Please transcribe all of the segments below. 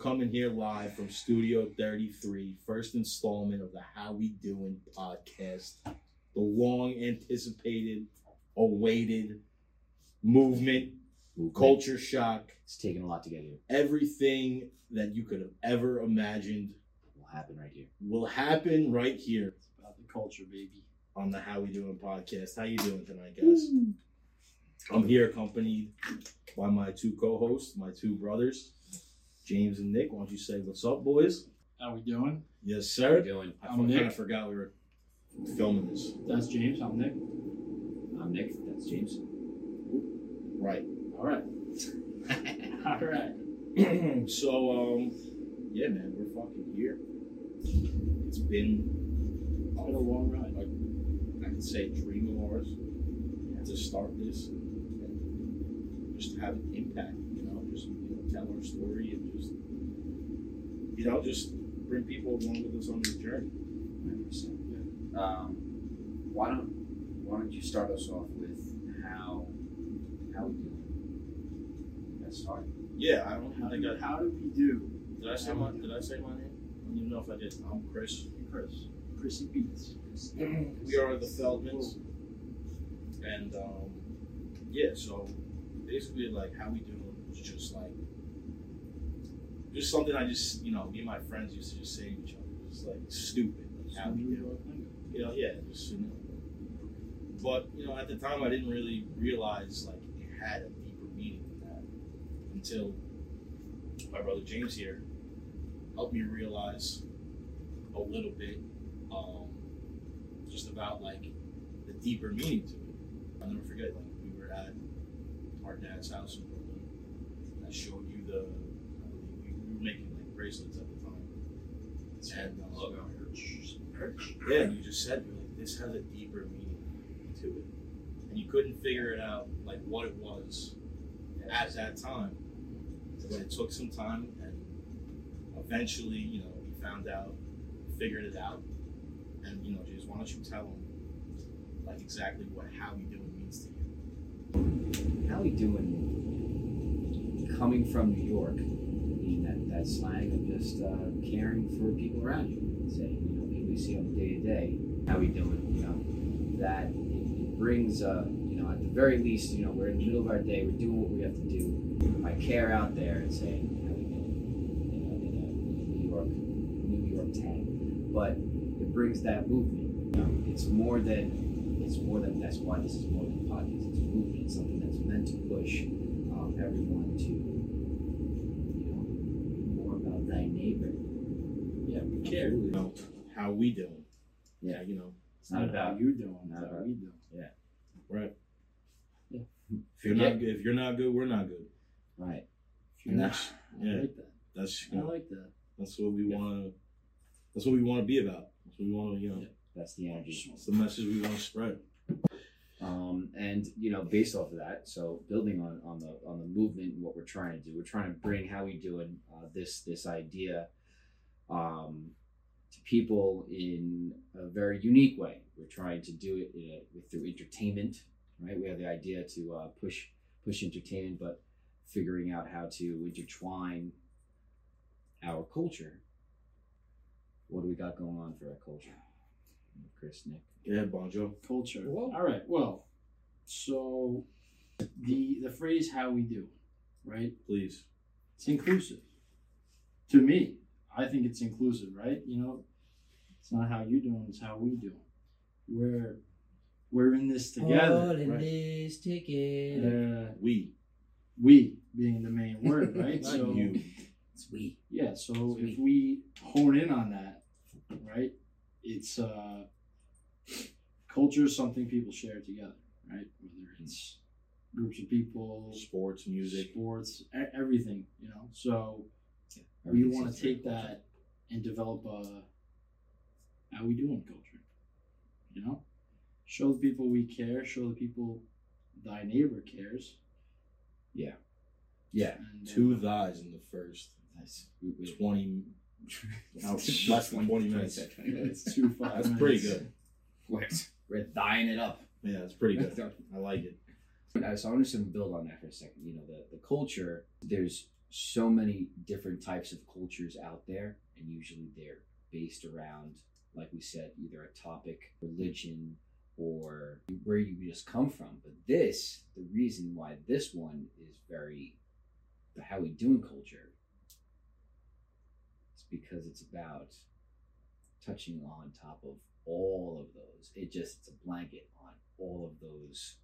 coming here live from Studio 33, first installment of the How We Doing podcast, the long anticipated, awaited movement, culture shock, It's taken a lot to get here. everything that you could have ever imagined Will happen right here. will happen right here It's about the culture, baby. on the How We Doing podcast. How you doing tonight, guys? I'm here accompanied by my two co-hosts, my two brothers, James and Nick. Why don't you say what's up, boys? How we doing? Yes, How you sir. doing? I I'm kind Nick. of forgot we were filming this. That's James. I'm Nick. I'm Nick. That's James. Right. All right. All right. so, um, yeah, man, we're fucking here. It's been, It's been a long ride. I could say, a dream of ours to start this and just have an impact, you know, just you know, tell our story and just, you know, just bring people along with us on this journey. 100%. Yeah. Um, why don't Why don't you start us off with how How we doing? Let's start. Yeah, I don't How think I did, how did we do? Did I say my Did I say my name? I don't even know if I did. I'm Chris. Hey, Chris. Chrissy Beats. we are the Feldmans, and um, yeah. So basically, like how we doing was just like just something I just you know me and my friends used to just say to each other. It's like stupid. Like how we doing? You know, yeah, just you know. But you know, at the time, I didn't really realize like it had a deeper meaning than that until my brother James here helped me realize a little bit. Um, just about like the deeper meaning to it. I'll never forget, like we were at our dad's house in Brooklyn. and I showed you the, I believe we, we were making like bracelets at the time. And uh, Logo. yeah, and you just said you're like this has a deeper meaning to it, and you couldn't figure it out like what it was at that time, but it took some time, and eventually, you know, we found out, figured it out, and you know, just why don't you tell them like exactly what how we doing means to you? How we doing? Coming from New York, meaning that that slang of just uh, caring for people around you, saying you know people you see on the day to day, how we doing? You know that it, it brings uh, you know at the very least you know we're in the middle of our day, we're doing what we have to do. My care out there and saying how we doing? You know, in a New York New York tag, but it brings that movement. You know, it's more than it's more than that's why this is more than podcast. It's a movement. It's something that's meant to push um, everyone to you know more about thy neighbor. Yeah, we care. care. You know, how we doing? Yeah. you know, It's Not not about- how you doing. It's not how about- we doing. right? Yeah. If you're not good, if you're not good, we're not good. Right. And that's I yeah, like that. that's you I know, like that. That's what we Yeah. want to. That's what we want to be about. That's what we want to. You know, Yeah. That's the energy. it's the message we want to spread. Um, and you know, based off of that, so building on, on the on the movement, and what we're trying to do, we're trying to bring how we doing uh, this this idea um, to people in a very unique way. We're trying to do it in a, with, through entertainment, right? We have the idea to uh, push push entertainment, but figuring out how to intertwine our culture. What do we got going on for our culture, Chris, Nick? Yeah, Bonjo. Culture. Whoa. All right. Well, so the the phrase "how we doing," right? Please. It's inclusive. To me, I think it's inclusive, right? You know, it's not how you doing, it's how we doing. We're we're in this together. in right? this ticket. Uh, We. we being the main word, right? Not so you. It's we. yeah, so Sweet. if we hone in on that, right? It's uh culture is something people share together, right? Whether it's groups of people, Sports, music. sports, e- everything, you know. So we want to take that and develop a how we doing culture. You know, show the people we care. Show the people thy neighbor cares. Yeah. And, uh, Two thighs in the first Nice. We- we- twenty. Now, oh, less than 20 minutes. it's two five. That's pretty minutes. good. We're, we're dying it up. Yeah, that's pretty good. I like it. Uh, so I'm just gonna build on that for a second. You know, the, the culture, there's so many different types of cultures out there, and usually they're based around, like we said, either a topic, religion, or where you just come from. But this, the reason why this one is very the how we doing culture, is because it's about touching on top of all of those. It just it's a blanket on all of those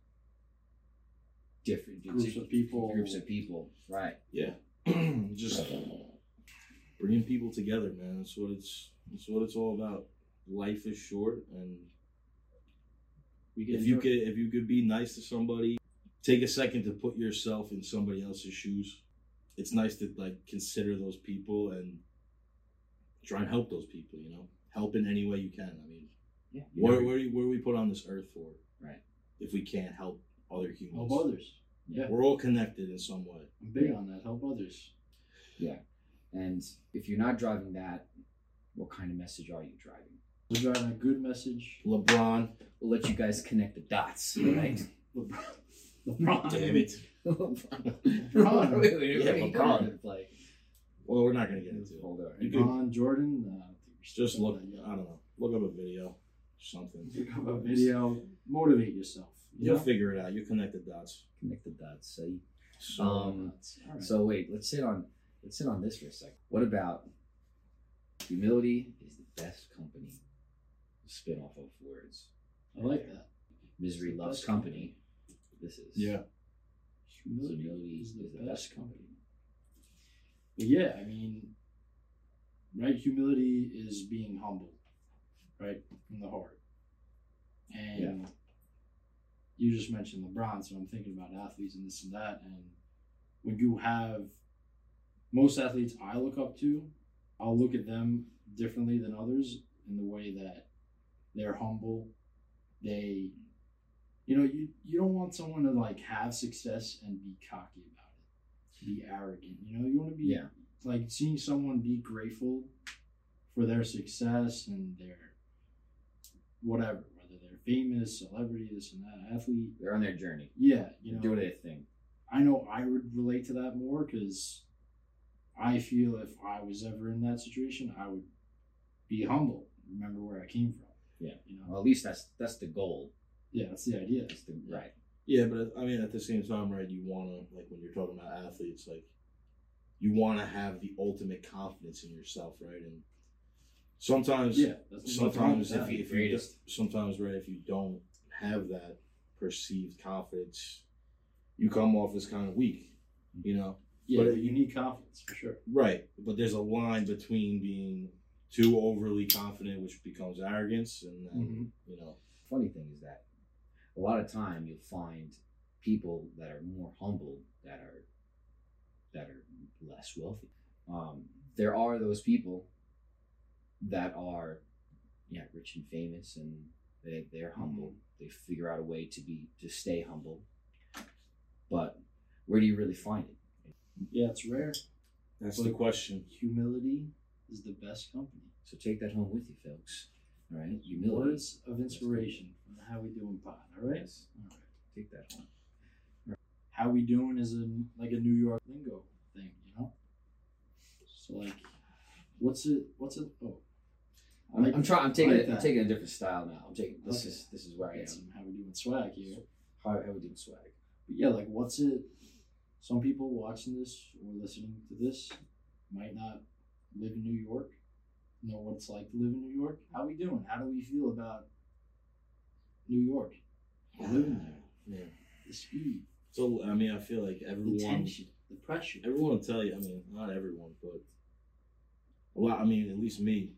different Groups of people. Groups of people, right? Yeah. Just bringing people together, man. That's what it's. That's what it's all about. Life is short, and We get if you enjoy- could, if you could be nice to somebody, take a second to put yourself in somebody else's shoes. It's nice to like consider those people and try and help those people. You know, help in any way you can. I mean, Yeah. you what never- what are, you- what are we put on this earth for? Right. If we can't help other humans, help others. Yeah, we're all connected in some way. I'm big on that. Help others. And if you're not driving that, what kind of message are you driving? We're driving a good message. LeBron, We'll let you guys connect the dots, right? LeBron. LeBron. damn it. LeBron. Wait, wait, Yeah, wait, LeBron. Like, Well, we're not gonna get into it. hold on. You could LeBron Jordan. Uh, I don't think we should just do look. that yet. I don't know. Look up a video, something. Pick up a video. Motivate yourself. you You'll know? figure it out. You connect the dots. Connect the dots. So, you- So, um, All right. so wait. Let's sit on. Let's sit on this for a second. What about humility is the best company? Spin off of words. I like that. Misery It's the loves best company. This is yeah, Humility Humility is the best, company. company. But yeah, I mean, right? Humility is being humble, right, from the heart. And you just mentioned LeBron, so I'm thinking about athletes and this and that. And when you have most athletes I look up to, I'll look at them differently than others in the way that they're humble. They, you know, you, you don't want someone to like have success and be cocky about it, be arrogant. You know, you want to be Yeah. like seeing someone be grateful for their success and their whatever, whether they're famous, celebrity, this and that, athlete. They're on their journey. Yeah, you know, Doing their thing. I know I would relate to that more because I feel if I was ever in that situation, I would be humble, remember where I came from. Yeah. You know, Well, at least that's that's the goal. yeah, that's the idea. That's the right. yeah, but I mean, at the same time, right? You want to like when you're talking about athletes, like you want to have the ultimate confidence in yourself, right? And sometimes, Yeah, that's sometimes that's if you, the if you greatest. sometimes right if you don't have that perceived confidence, you come off as kind of weak, you know. yeah, but- but you need confidence for sure. Right, but there's a line between being too overly confident, which becomes arrogance, and then Mm. you know, funny thing is that a lot of time you'll find people that are more humble that are that are less wealthy. Um, there are those people that are yeah rich and famous and they they're humble. They figure out a way to be to stay humble. But where do you really find it? Yeah, it's rare. that's Well, the question. Humility is the best company. So take that home with you, folks. All right, humility. Words of inspiration from the How We Doing Pod. All right. Yes, All right. take that home. How We Doing is a like a New York lingo thing, you know. So like, what's it? What's it? Oh, I I'm, like- I'm trying. I'm taking. like it I'm that. taking a different style now. I'm taking. This Okay. is. This is where I I am. got some How We Doing swag here. How, how we doing swag? But yeah, like what's it? Some people watching this or listening to this might not live in New York, know what it's like to live in New York. How we doing? How do we feel about New York? Living there, Yeah. the speed, So I mean, I feel like the everyone, tension, the pressure. everyone will tell you. I mean, not everyone, but a lot. I mean, at least me.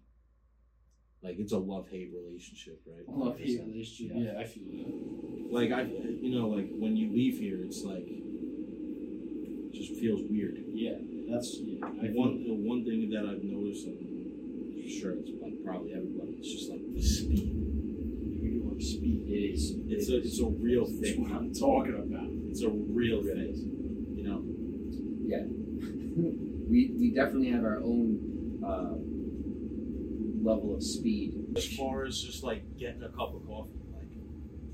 Like it's a love hate relationship, right? Love hate relationship. Yeah. Yeah, I feel that. Like I, you know, like when you leave here, it's like it just feels weird. Yeah, that's yeah. I feel One the one thing that I've noticed, and I'm sure it's like probably everybody, it's just like the speed. New York speed. It is. It's a it's a real That's what thing. I'm talking about. It's a real thing. You know, we we definitely have our own uh, level of speed. as far as just like getting a cup of coffee, like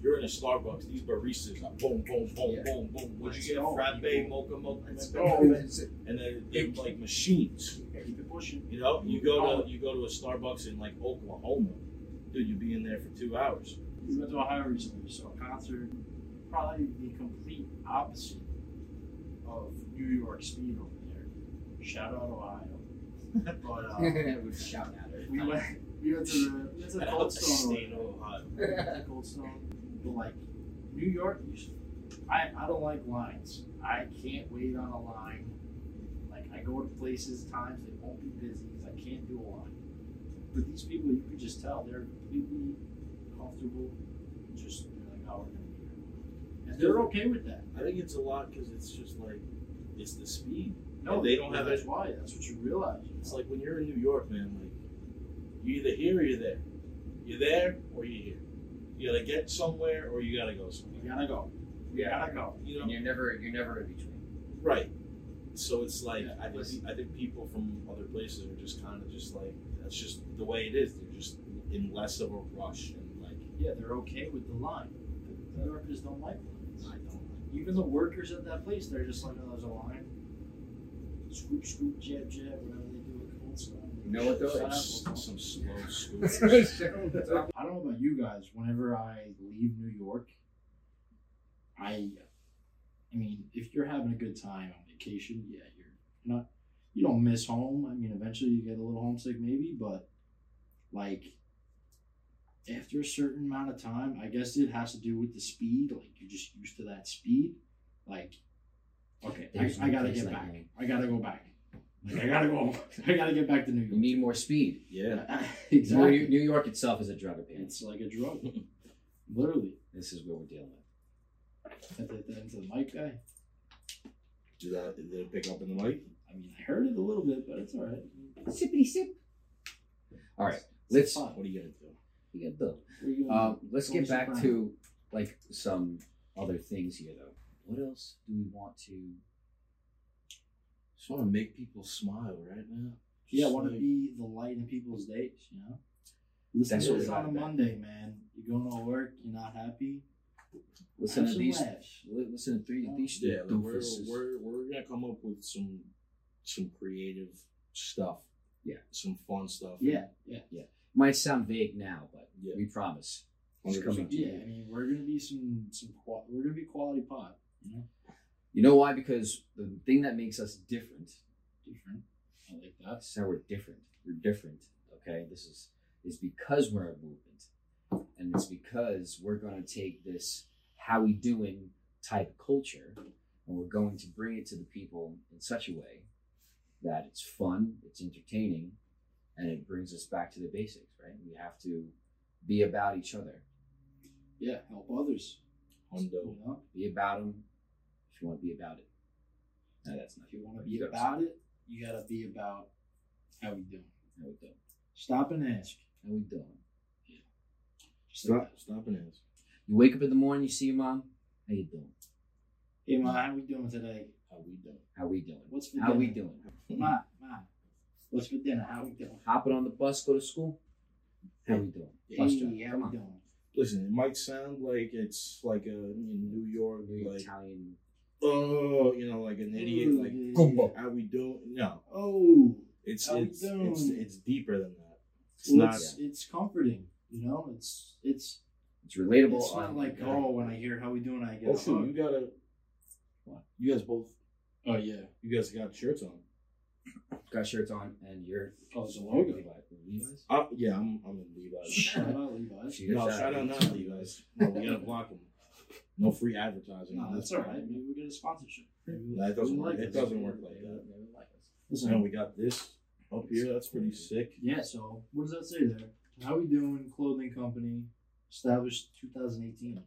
You're in a Starbucks. These baristas are boom, boom, boom, Yeah. boom, boom. Would you Let's get go. frappe, mocha, mocha? Let's mocha, go. mocha? Let's- And they're, they're like machines. Keep it pushing. You know, you go to you go to a Starbucks in like Oklahoma, dude. You'd be in there for two hours. We went to Ohio recently, so a concert, probably the complete opposite of New York speed over there. Shout out Ohio. But uh, would shout at her. we went, we went to the, we went to the Cold Stone. State of Ohio. over there. We went to Cold Stone. But like New York, you should, I I don't like lines. I can't wait on a line. Like I go to places, times they won't be busy because I can't do a line. But these people, you could just tell they're completely comfortable. Just they're like, oh, we're gonna be here, and they're okay with that. I think it's a lot because it's just like it's the speed. No, They don't have that's it. why. That's what you realize. you It's know? like when you're in New York, man. Like you either here or you're there. You're there or you're here. You gotta get somewhere or you gotta go somewhere. we gotta go. We gotta go. You And know, you're never you're never in between. right? So it's like Yeah, I think listen. I think people from other places are just kind of just like that's just the way it is. They're just in less of a rush and like Yeah, they're okay with the line. The New Yorkers don't like lines. I don't. Even the workers at that place, they're just like, oh, there's a line. Scoop, scoop, jab, jab, whatever they do at Cold Stone. You know what, though? Shut Some, up. some slow scooters. That's I don't know about you guys. Whenever I leave New York, I, I mean, if you're having a good time on vacation, yeah, you're not, you don't miss home. I mean, eventually you get a little homesick, maybe, but like after a certain amount of time, I guess it has to do with the speed. Like you're just used to that speed. Like, okay, I, There's no I gotta place get like back. home. I gotta go back. Like I gotta go. I gotta get back to New York. You need more speed. yeah. exactly. New, New York itself is a drug appearance. It's like a drug. Literally. This is what we're dealing with. At the, into the mic guy. Did that? Did it pick up in the mic? I mean, I heard it a little bit, but it's all right. Sippity sip. All right, It's let's fine. What are you gonna do? we get the What are you gonna Um, let's get Always a back plan. to like some other things here, though. What else do we want to? Just want to make people smile right now. do? yeah, Just want to like- be the light in people's days, you know? Listen That's to what this we on a like, man. Monday, man. You're going to work, you're not happy. Listen have to some these. laughs. li- Listen to three Yeah. these Yeah, like we're, doofuses. we're we're gonna come up with some some creative stuff. Yeah. Some fun stuff. Yeah, yeah. Might sound vague now, but Yeah. we promise. It's 100%. coming to Yeah, you. I mean, we're going to be some, some qua we're going to be quality pod, you know? You know why? Because the thing that makes us different Different. I like that. That's how we're different. We're different. Okay. This is is because we're a movement, and it's because we're going to take this how we doing type culture, and we're going to bring it to the people in such a way that it's fun, it's entertaining, and it brings us back to the basics. Right. We have to be about each other. Yeah, help others. Hundo. You know? Be about them if you want to be about it. No, that's not If you want to But be you gotta- about it, you got to be about how we doing. how we doing. Stop and ask. How we doing. Just like that. Stop and ask. You wake up in the morning, you see your mom. How you doing? Hey, Ma, how we doing today? How we doing? How we doing? What's for How dinner? we doing? Ma, Ma, what's for dinner? How we doing? Hopping on the bus, go to school. How we doing? Bus Hey, driver, how come we on. doing? Listen, it might sound like it's like a in New York, New like Italian. oh, you know, like an idiot, Ooh, like yeah, Gumbo. how we doing? No, yeah. Oh, it's Mm-hmm. How we it's, it's doing? it's deeper than that. It's well, not. it's it's comforting. You know, it's it's It's relatable. it's not Oh, like God. oh, when I hear how we doing, I get Oh a shoot, you hug. gotta. What? You guys both. Oh yeah, You guys got shirts on. got shirts on and you're. oh it's a logo. Levi- Levi's. Uh, yeah, I'm I'm in Levi's. Shout out Levi's. She No, is, uh, shout out not Levi's. No, we gotta block them. No free advertising. No, that's all right. Maybe we get a sponsorship. Maybe That doesn't work. like It us. doesn't work like that. Never like us. And Listen, we got this up here. That's pretty sick. yeah. So what does that say there? How we doing? Clothing company established 2018.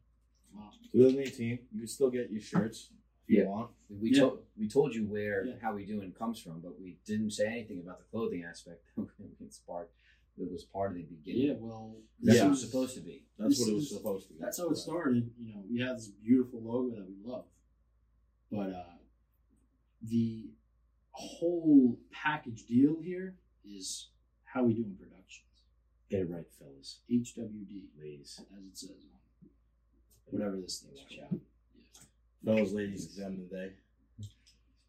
Wow. 2018. You can still get your shirts if you Yeah. want. We Yeah. told we told you where Yeah. how we doing comes from, but we didn't say anything about the clothing aspect. it's part. It was part of the beginning. Yeah. Well, That's Yeah. what this it was is- supposed to be. That's This what it was is- supposed to be. that's how it started. You know, we have this beautiful logo that we love, but uh, the whole package deal here is how we doing productions. Get it right, fellas, HWD, ladies. as it says on whatever this thing's called. Fellas, ladies, examine the day.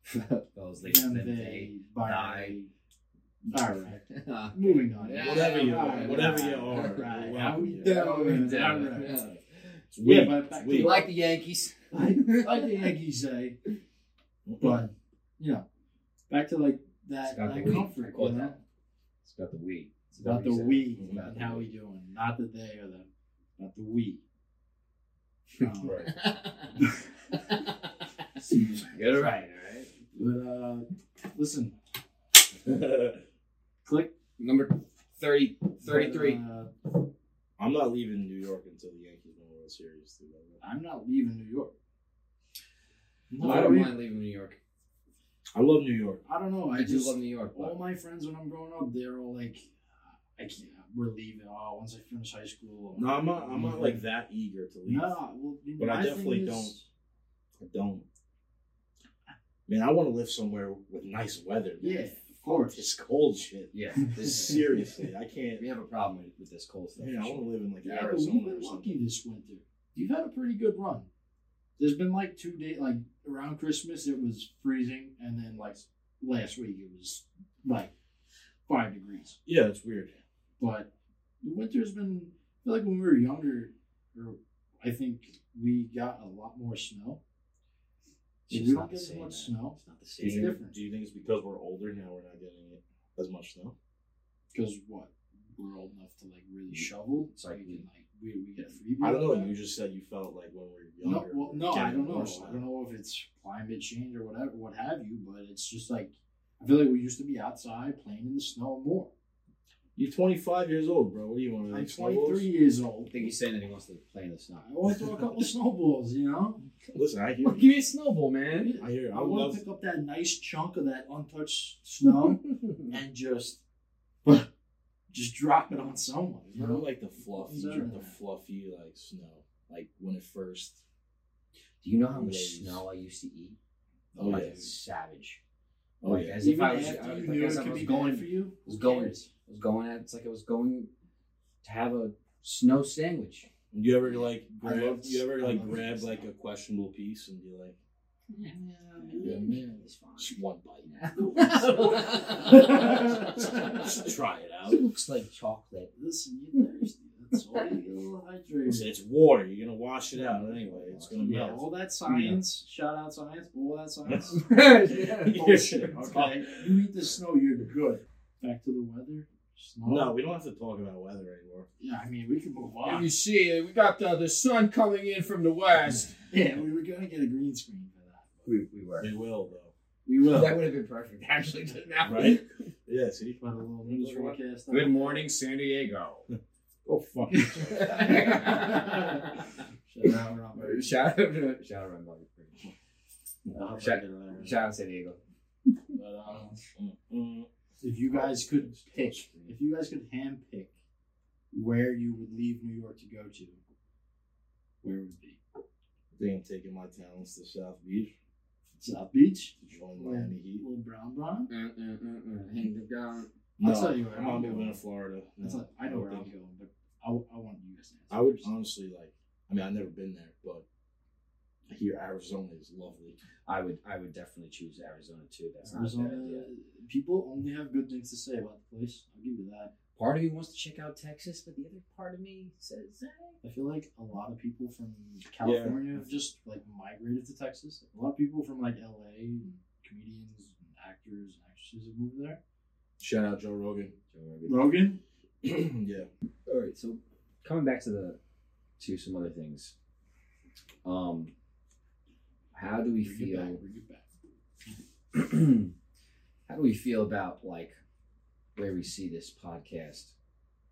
Fellas, ladies, And and they buy. All right, they- Ah, moving on. Yeah, Whatever you are, Alright, whatever you alright, are, alright. you're How we welcome. doing? Yeah. Alright. Yeah. It's Yeah, weak. but back We- You to like the Yankees? I like the Yankees say, but you know, back to like that, It's got that the weed. I comfort. call You it know? that. It's about the we. It's about the we Mhm. and Mm-hmm. how we doing, not the they or them, about the we. Um, Right. Get it right, all right. But uh, listen, click Number 30, 33. but, uh, I'm not leaving New York until the Yankees win the World Series. Too, by the way. I'm not leaving New York. Well, I I, don't mind leaving New York. I love New York. I don't know. I, I do just love New York, all but Oh my friends when I'm growing up, they're all like, I can't. We're leaving. Oh, once I finish high school. No, I'm not. I'm not like that eager to leave. No, well, you know, But I my thing definitely is- don't. I don't. Man, I want to live somewhere with nice weather. Man. Yeah, of course. It's cold shit. yeah, this is, Seriously, I can't. we have a problem with, with this cold stuff. Man, I for want to sure. live in like Yeah, but we've Arizona been or lucky something. this winter. You've had a pretty good run. There's been like two days, like around Christmas, it was freezing, and then like last week, it was like five degrees. Yeah, it's weird. But the winter's been I feel like when we were younger, or I think we got a lot more snow. It's we just don't not the get as same. much man. snow. It's not the Do you, It's same. think, different. do you think it's because we're older now? We're not getting it as much snow. Because what we're old enough to like really shovel. It's like we we- can like we, we get free. I don't know. You just said you felt like when we were No, younger. well, no, I getting don't know. more snow. I don't know if it's climate change or whatever, what have you. But it's just like I feel like we used to be outside playing in the snow more. You're 25 years old, bro. What do you want? I'm 23 years old. I think he's saying that he wants to play in the snow. I want to throw a couple snowballs, you know. Listen, I hear. Well, You. give me a snowball, man. I hear. You. I I want love. to pick up that nice chunk of that untouched snow and just just drop it on someone. You I don't know? like the fluff. Is that the right? fluffy like snow, like when it first. Do you know how much Yes. snow I used to eat? Oh, like yes. savage. Oh like yeah. as if Even I was, after I was- you like, knew as it I could was be going, bad for you, was who going- cares? I was going at it's like I was going to have a snow sandwich. You ever like I grab? love- You ever I like love grab snow. like a questionable piece and be like, Yeah, it's just one bite, fine. just try it out. it looks like chocolate. Listen, you're thirsty. That's all. You get a little hydrated. Listen, it's water. You're gonna wash it out anyway. It's gonna Yeah, melt. all that science. Shout out science. All that science. Bullshit. Okay, you eat the snow, you're good. Back to the weather. Snow. No, we don't have to talk about weather anymore. Yeah, I mean we can move If on. you see it, we got the, the sun coming in from the west. Yeah, we were gonna get a green screen for that. We, we were. We will though, We will. That would have been perfect, actually. But now, right? yeah. See. But a little news forecast. Good morning, San Diego. Oh fuck. Shout out, Robert. shout out to shout out to my mother. Robert. Shout- Shout out San Diego. But, um, if you guys could pick, if you guys could hand pick where you would leave New York to go to, where would it be? I think I'm taking my talents to South Beach South Beach, to join Miami Heat. little brown brown. Mm, No, tell you where I'm I'm not going. moving to Florida. That's No, like, I know don't where I'm think- going, but I, w- I want you guys. to I answer would first. honestly like. I mean, I've never been there, but I hear Arizona is lovely. I would I would definitely choose Arizona too. That's not a bad Arizona. idea. People only have good things to say about the place. I'll give you that. Part of me wants to check out Texas, but the other part of me says eh. I feel like a lot of people from California have just like migrated to Texas. A lot of people from like LA, comedians and actors and actresses have moved there. Shout out Joe Rogan. Rogan, yeah. All right, so coming back to the to some other things. Um, how do we Bring it back, feel? bring it back. how do we feel about like where we see this podcast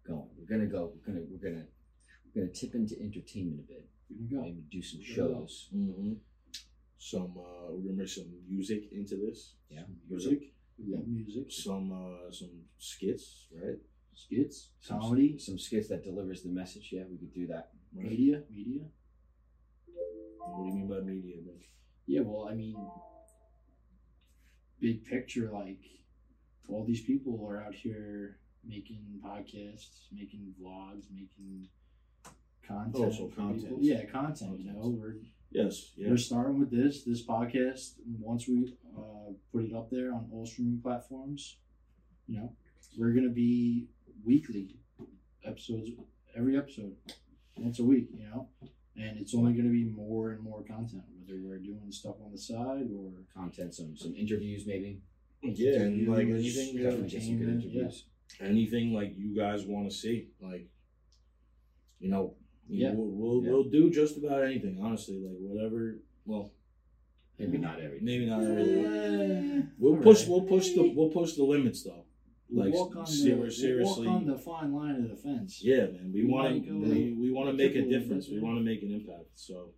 going? We're gonna go. We're gonna we're gonna we're gonna tip into entertainment a bit. Here we go. Maybe do some We're gonna go. shows. Mm-hmm. Some uh, we're gonna bring some music into this. Yeah, Music. We got music, Some uh, some skits, right? skits, Some- comedy, some skits that delivers the message. Yeah, we could do that. right? media, media. What do you mean by media? man? Yeah, well, I mean, big picture, like all these people are out here making podcasts, making vlogs, making content. Oh, so for content. people. Yeah, content. You know, we're Yes. Yeah. we're starting with this this podcast. Once we uh, put it up there on all streaming platforms, you know, we're gonna be weekly episodes, every episode, once a week. You know, and it's only gonna be more and more content. Whether we're doing stuff on the side or Content, some some interviews maybe. Yeah, and like Interviews, anything, Yeah, uh, Definitely get some good entertainment, interviews. anything like you guys want to see, like you know, you- Yeah. we'll we'll, Yeah. we'll do just about anything. Honestly, like whatever. Well, Maybe not every. maybe not everything. Yeah. We'll All push. right. We'll push the. We'll push the limits though. We'll Like walk on ser- the, we'll seriously. walk on the fine line of the fence. Yeah, man. We We want might to. go We, we want to like make a triple or difference. We something. want to make an impact. So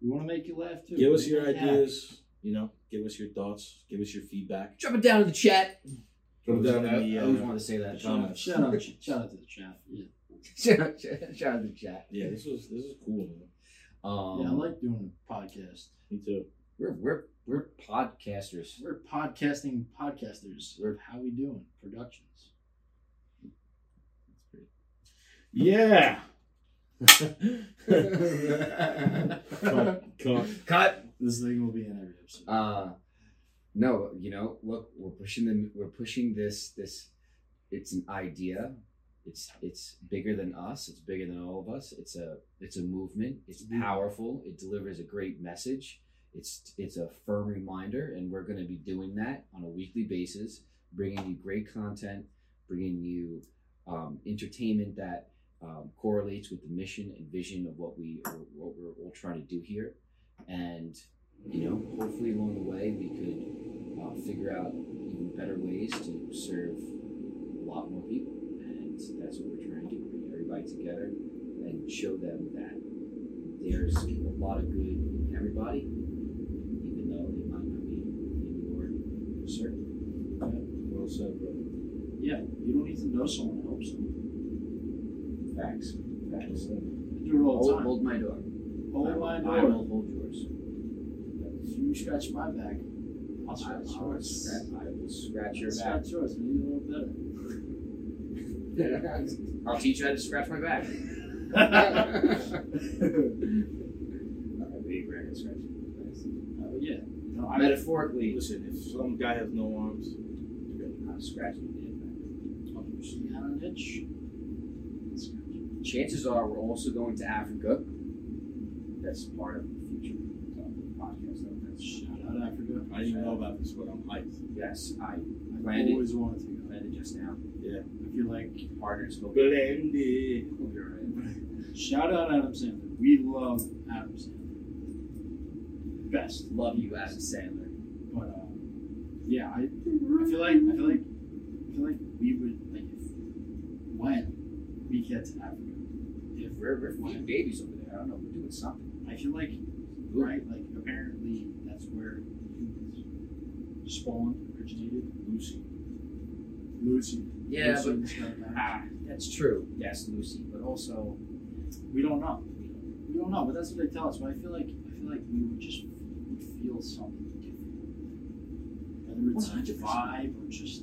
We want to make you laugh too. give us your Yeah. ideas. You know, give us your thoughts. Give us your feedback. Drop it down in the chat. Put it down I, in the. I always Uh, wanted to say that. Shout Comment. out, shout out, shout out to the chat. Yeah, shout, out, shout out to the chat. yeah, this was this is cool, man. Um, yeah. I like doing a podcast. Me too. we're we're we're podcasters. We're podcasting podcasters. We're- How we doing? Productions. Yeah. Cut. Cut. This thing will be in every episode. Uh, no, you know, look, we're pushing them. We're pushing this. This, it's an idea. It's it's bigger than us. It's bigger than all of us. It's a it's a movement. It's powerful. It delivers a great message. It's it's a firm reminder, and we're going to be doing that on a weekly basis, bringing you great content, bringing you um, entertainment that um, correlates with the mission and vision of what we what we're all trying to do here, and you know, hopefully along the way we could uh, figure out even better ways to serve a lot more people, and that's what we're trying to do: bring everybody together and show them that there's a lot of good in everybody, even though they might not be anymore certain. Well said, brother. Yeah, you don't need to know someone to help someone. Facts. Facts. I do it all the Hold, time. hold my door. I Hold will- my I door. will hold yours. If you scratch my back, I'll I scratch will yours. scratch, I will scratch your back. Scratch yours. Maybe a little better. I'll teach you how to scratch my back. Uh, yeah. No, I, Metaphorically, Listen, if some guy has no arms, you got I'm scratching she had an itch. Scratch. it. Chances are we're also going to Africa. That's part of the future of the podcast. though. That's- Shout out Africa. I didn't even know about this, but I'm hyped. Yes, I I Landed. always wanted to go. landed just now. I feel like Partners will be Blendy. will be all right. Shout out Adam Sandler. We love Adam Sandler. Best. Love you, Adam Sandler. But uh, yeah, I, I feel like I feel like I feel like we would like if when we get to Africa. If We're, we're feeding babies over there. I don't know. We're doing something. I feel like right, like apparently that's where humans spawned, originated. Lucy. Lucy. Yeah, Lucy but was not bad. ah, that's true. Yes, Lucy, but also we don't know. We don't know, but that's what they tell us. But I feel like I feel like we would just would feel something different, whether it's a 100%. vibe or just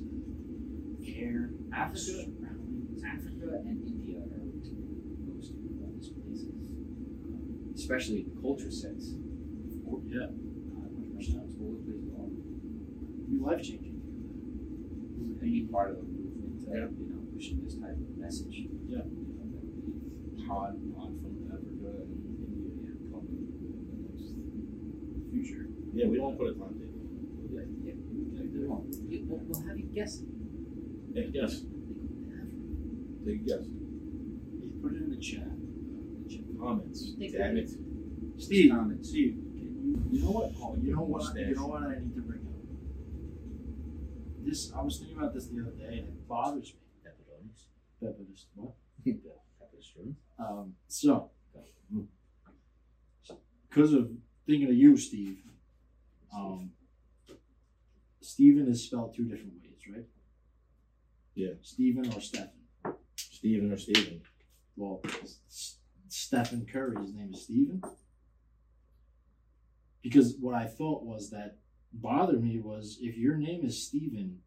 the air, the Africa, surroundings. Africa, and India are the most of these places, um, especially in the culture sense. Uh, Yeah, Be be life changing. part of the movement, uh, you know, pushing this type of message. Yeah. Pod, pod from Africa and India. yeah, come. Future. Yeah, we don't put a time Yeah, yeah. We'll, we'll have you guess. it. date. Take a guess. Take a guess. Yeah, put it in the chat. Comments. Take Damn it. Steve. Comments. Steve. Can you, you know what? Oh, you know what? Mustache. You know what I need to bring up. This I was thinking about this the other day, and it bothers me. Pepper just what? Um, so, because of thinking of you, Steve, um, Stephen is spelled two different ways, right? Yeah. Stephen or Stephen. Steven or Steven. Well, S- S- Stephen Curry, his name is Stephen. Because what I thought was that bothered me was if your name is Stephen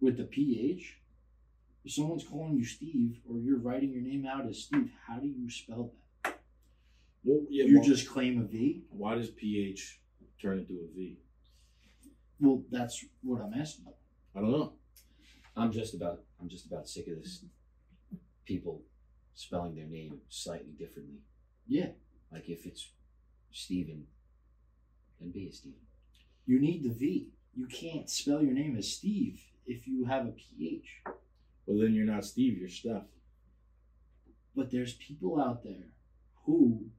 with the PH, if someone's calling you Steve or you're writing your name out as Steve, how do you spell that? Well, yeah, You why- just claim a V? why does pH turn into a V? Well, that's what I'm asking. I don't know. I'm just about I'm just about sick of this people spelling their name slightly differently. Yeah. Like if it's Steven, then be a Steven. You need the V. You can't spell your name as Steve if you have a PH. Well, then you're not Steve. You're Steph. But there's people out there who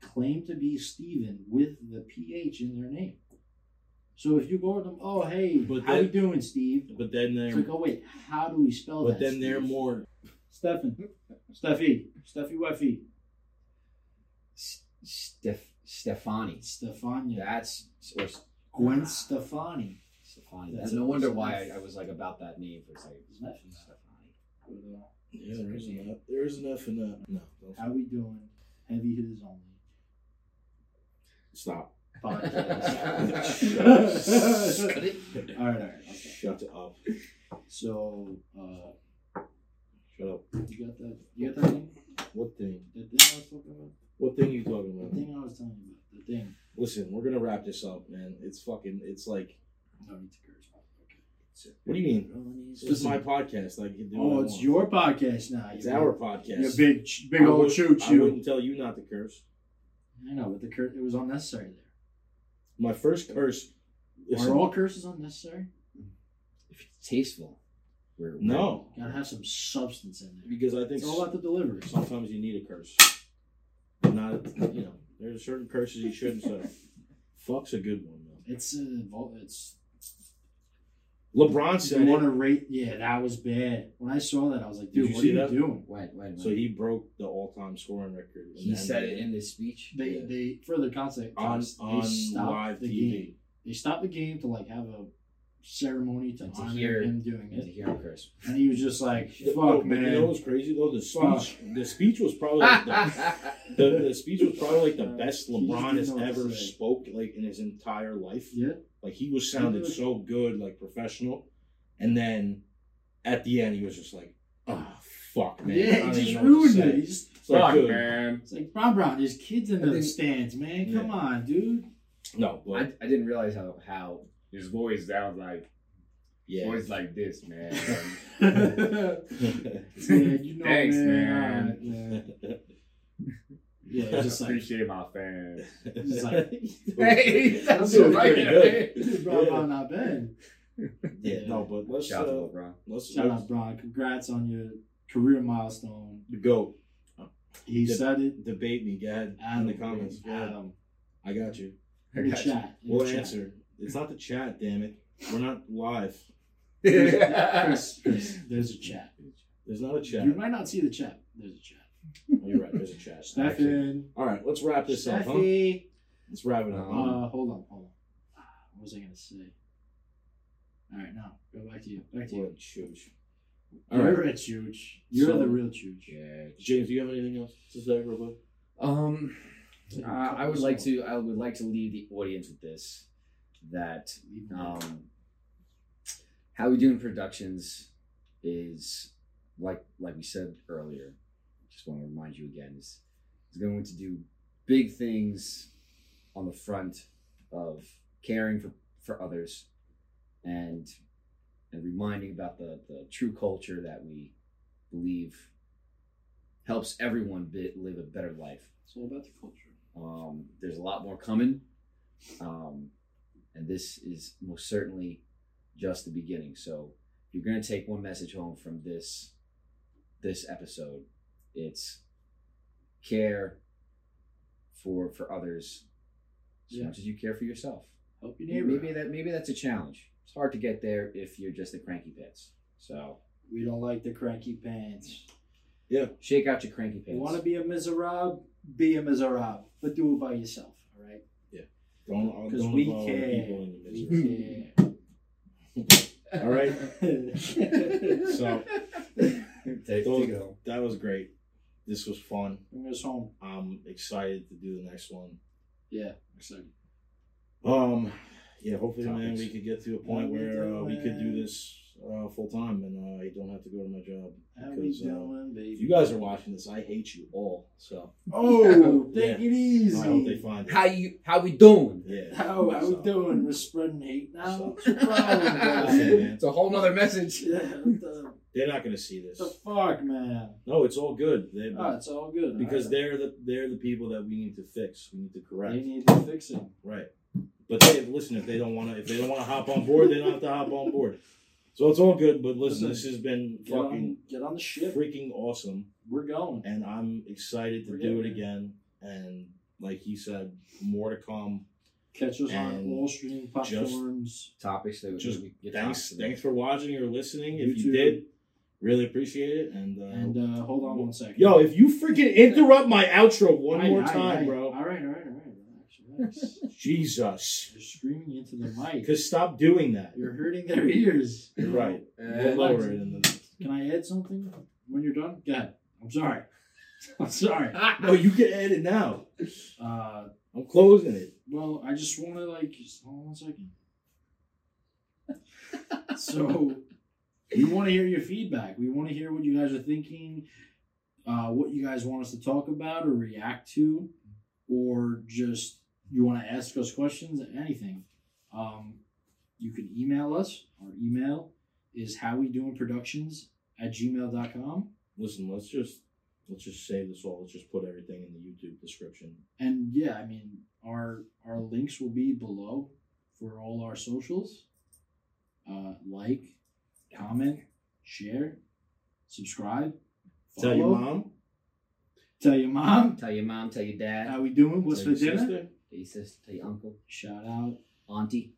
claim to be Steven with the PH in their name. So if you go to them, oh hey, But how that- you doing, Steve? But then It's they're like, oh wait, how do we spell but that? then they're Steve? more. Stefan, Steffi, Steffi Weffy, S- Steph Stefani. Stefania, That's or S- Gwen Stefani. Stefani. That's no a- wonder why I, I was like about that name for a second. Isn't that- Stefani. Yeah, there is enough. There is enough in that. No, don't How we doing? Heavy hitters only stop. podcast. Shut it. all right, all right. Okay. Shut up. So uh, Shut up. you got that? You got that thing? What thing? That thing I was talking about? What thing you talking The about? thing I was telling you about. The thing. Listen, we're gonna wrap this up, man. It's fucking. It's like. No need to curse. Okay. What do you mean? This is Listen, my podcast. Like, you do what Oh, I it's want. your podcast now. It's you our big- podcast. You big, ch- big I old wouldn't- choo I choo. wouldn't tell you not to curse. I know, but the curse it was unnecessary there. My first curse. Are Listen, all curses unnecessary? If it's tasteful, we're No. Gotta have some substance in there. because I think It's all about the delivery. sometimes you need a curse. But not, you know, there's certain curses you shouldn't say. Fuck's a good one, though. It's uh, vol- it's. LeBron You said want it, to rate? Yeah, that was bad. When I saw that, I was like, Did dude, you what are see you that? doing? Wait, wait a minute. so he broke the all-time scoring record. in he the said NBA it in the speech. They Yeah. they further concept on on they stopped live the TV. game. They stopped the game to like have a ceremony to And to honor hear- him doing You have it, to hear him curse. and he was just like, The- oh, "Fuck, but You know man." what's crazy though? The Fuck. speech, the speech was probably like the, the, the speech was probably like the best Uh, He just LeBron didn't has know what to ever say. spoke like in his entire life. Yeah, Like he was sounded so good, like professional, and then at the end he was just like, "Ah, fuck, man." I yeah, don't he even just know what to ruined it. say." He just It's like, Fuck, dude, man. It's like Brown Brown, there's kids in I the think- stands, man. Come Yeah. on, dude. no, but I, I didn't realize how how His voice sounds like yeah, voice like this, man. yeah, you know, Thanks, man. man. Alright, man. Yeah, it's just like appreciate my fans. just like- hey, that's that's so right. pretty good. dude, Brown Brown, not bad. yeah, no, but let's Shout out to uh, LeBron. let's, Shout let's out, Brown. Congrats on your career milestone. go He Did- said it. debate me, go ahead in Adam, the comments. Go ahead. Adam, I got you. in the chat. in the We'll chat. answer. It's not the chat, damn it. We're not live. Chris, Chris, there's a chat. There's not a chat. You might not see the chat. There's a chat. Oh, You're right. There's a chat. Actually. Stefan, All right, let's wrap this up. Huh? Uh-huh. Steffi. Let's wrap it up. Um, Uh, hold on, hold on. Ah, What was I gonna say? All right, now go back to you. Back to you. What a chooch. All You're right, a chooch. You're So- the real chooch. yeah, James, do you have anything else to say, real quick? Um, uh, I would like to. I would like to leave the audience with this: that um, how we doing productions is like like we said earlier. Just want to remind you again: is is going to do big things on the front of caring for for others and and reminding about the the true culture that we believe helps everyone be, live a better life. It's all about the culture. Um, there's a lot more coming. Um, and this is most certainly just the beginning. So if you're going to take one message home from this this episode, it's care for for others as Yeah. much as you care for yourself. Help your neighbor. Maybe that maybe that's a challenge. It's hard to get there if you're just a cranky pants. So We don't like the cranky pants. shake out your cranky You want to pants. be a miserable? Be a miserable, but do it by yourself. All right. Don't I'll- 'Cause don't we involve other care. people in your misery. Yeah. All right, so Take, take Don't- it home. that was great. This was fun. Bring us home. I'm excited to do the next one. Yeah. Excited. Um, yeah, hopefully, man, Topics. we could get to a point How we where uh, we could do doing? this uh, full time, and uh, I don't have to go to my job. How we Because, uh, doing, baby? If you guys are watching this, I hate you all. So oh, take Yeah. it I hope they easy. find it. How you? How we doing? Yeah. How how we So, doing? We're spreading hate now. So- What's your problem, listen, guys? man, It's a whole nother message. Yeah, what the, they're not gonna see this. the fuck, man. No, it's all good. They, Oh, it's all good because all right. they're the they're the people that we need to fix. We need to correct. they need to fix it. Right. But they listen if they don't want to if they don't want to hop on board, they don't have to hop on board. So it's all good. But listen, this has been Get on, fucking get on the ship. freaking awesome, We're going. and I'm excited to We're do it getting again. And like he said, more to come. Catch us on And all streaming just- platforms. Topics that we Just we get Thanks, talked about. thanks for watching or listening. If you YouTube. did, really appreciate it. And, uh, And uh, hold on one second. yo, if you freaking interrupt my outro one Hey, more hey, time, hey. bro, All right, all right, all right. Relax, relax. Jesus, You're screaming into the mic. because stop doing that. You're hurting their ears. You're right. Uh, We'll lower it in the Can I add something when you're done? God, I'm sorry. I'm sorry. Ah, No, you can add it now. Uh, I'm closing it. well, I just want to like just hold on one second. so, we want to hear your feedback. We want to hear what you guys are thinking, uh, what you guys want us to talk about or react to, or just you want to ask us questions, anything. Um, you can email us. Our email is how we doing productions at gmail.com. listen, let's just let's just save this all. Let's just put everything in the YouTube description. and yeah, I mean, our our links will be below for all our socials. Uh, like, comment, share, subscribe, Tell your follow. mom. tell your mom. Tell your mom, tell your dad, How we doing? What's tell for your dinner? sister. tell your sister, tell your uncle, Shout out auntie.